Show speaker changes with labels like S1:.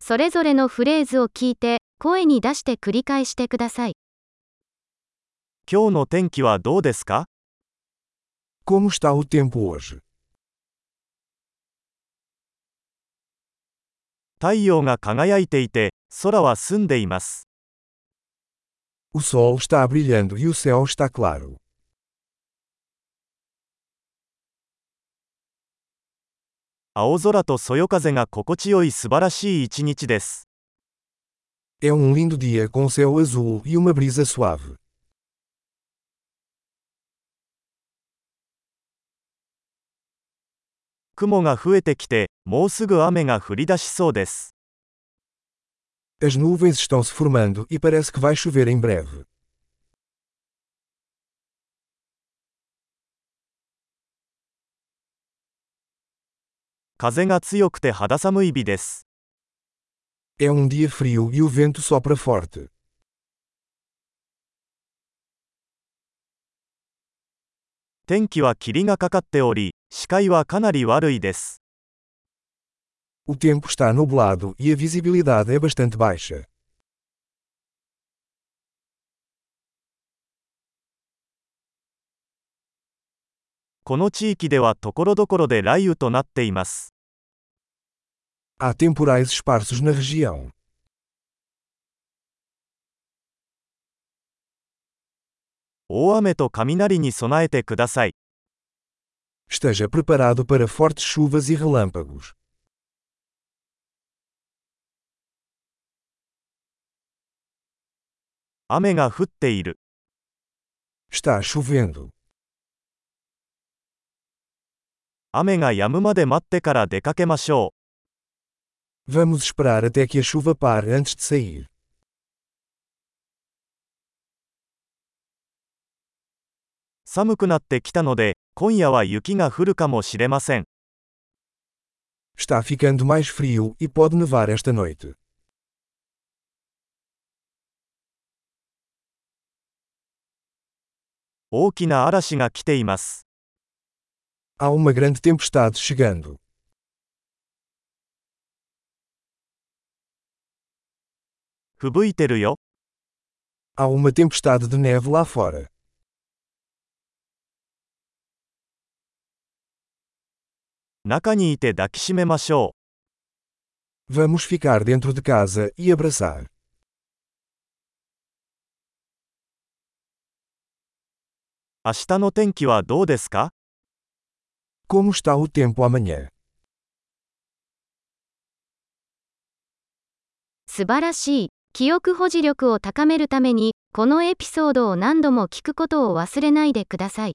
S1: それぞれのフレーズを聞いて、声に出して繰り返してください。
S2: 今日の天気はどうですか
S3: Como está o tempo hoje?
S2: 太陽が輝いていて、空は澄んでいます。
S3: O sol está brilhando e o céu está claro.
S2: 青空とそよ風が心地よい素晴らしい一日です。
S3: É um lindo dia com céu azul e uma brisa suave.
S2: 雲が増えてきて、もうすぐ雨が降り出しそうです。
S3: As nuvens estão se formando e parece que vai chover em breve.
S2: 風が強くて肌寒い日です。
S3: É um dia frio e o vento sopra forte.
S2: 天気は霧がかかっており、視界はかなり悪いです。
S3: O tempo está nublado e a visibilidade é bastante baixa.
S2: この地域ではところどころで雷雨となっています。
S3: Há temporais esparsos na região.
S2: 大雨と雷に備えてください。
S3: Esteja preparado para fortes chuvas e relâmpagos.
S2: 「雨が降っている」
S3: Está chovendo.
S2: 「雨が止むまで待ってから出かけましょう」
S3: Vamos esperar até que a chuva pare antes de sair.
S2: 「寒くなってきたので今夜は雪が降るかもしれません」
S3: Está ficando mais frio e pode nevar esta noite.
S2: 「大きな嵐が来ています」
S3: Há uma grande tempestade chegando.
S2: 「吹雪いてるよ」
S3: Há uma tempestade de neve lá fora.
S2: 「中にいて抱きしめましょう」
S3: Vamos ficar dentro de casa e abraçar.
S2: 「明日の天気はどうですか
S3: Como está o tempo amanhã?
S1: 素晴らしい。記憶保持力を高めるために、このエピソードを何度も聞くことを忘れないでください。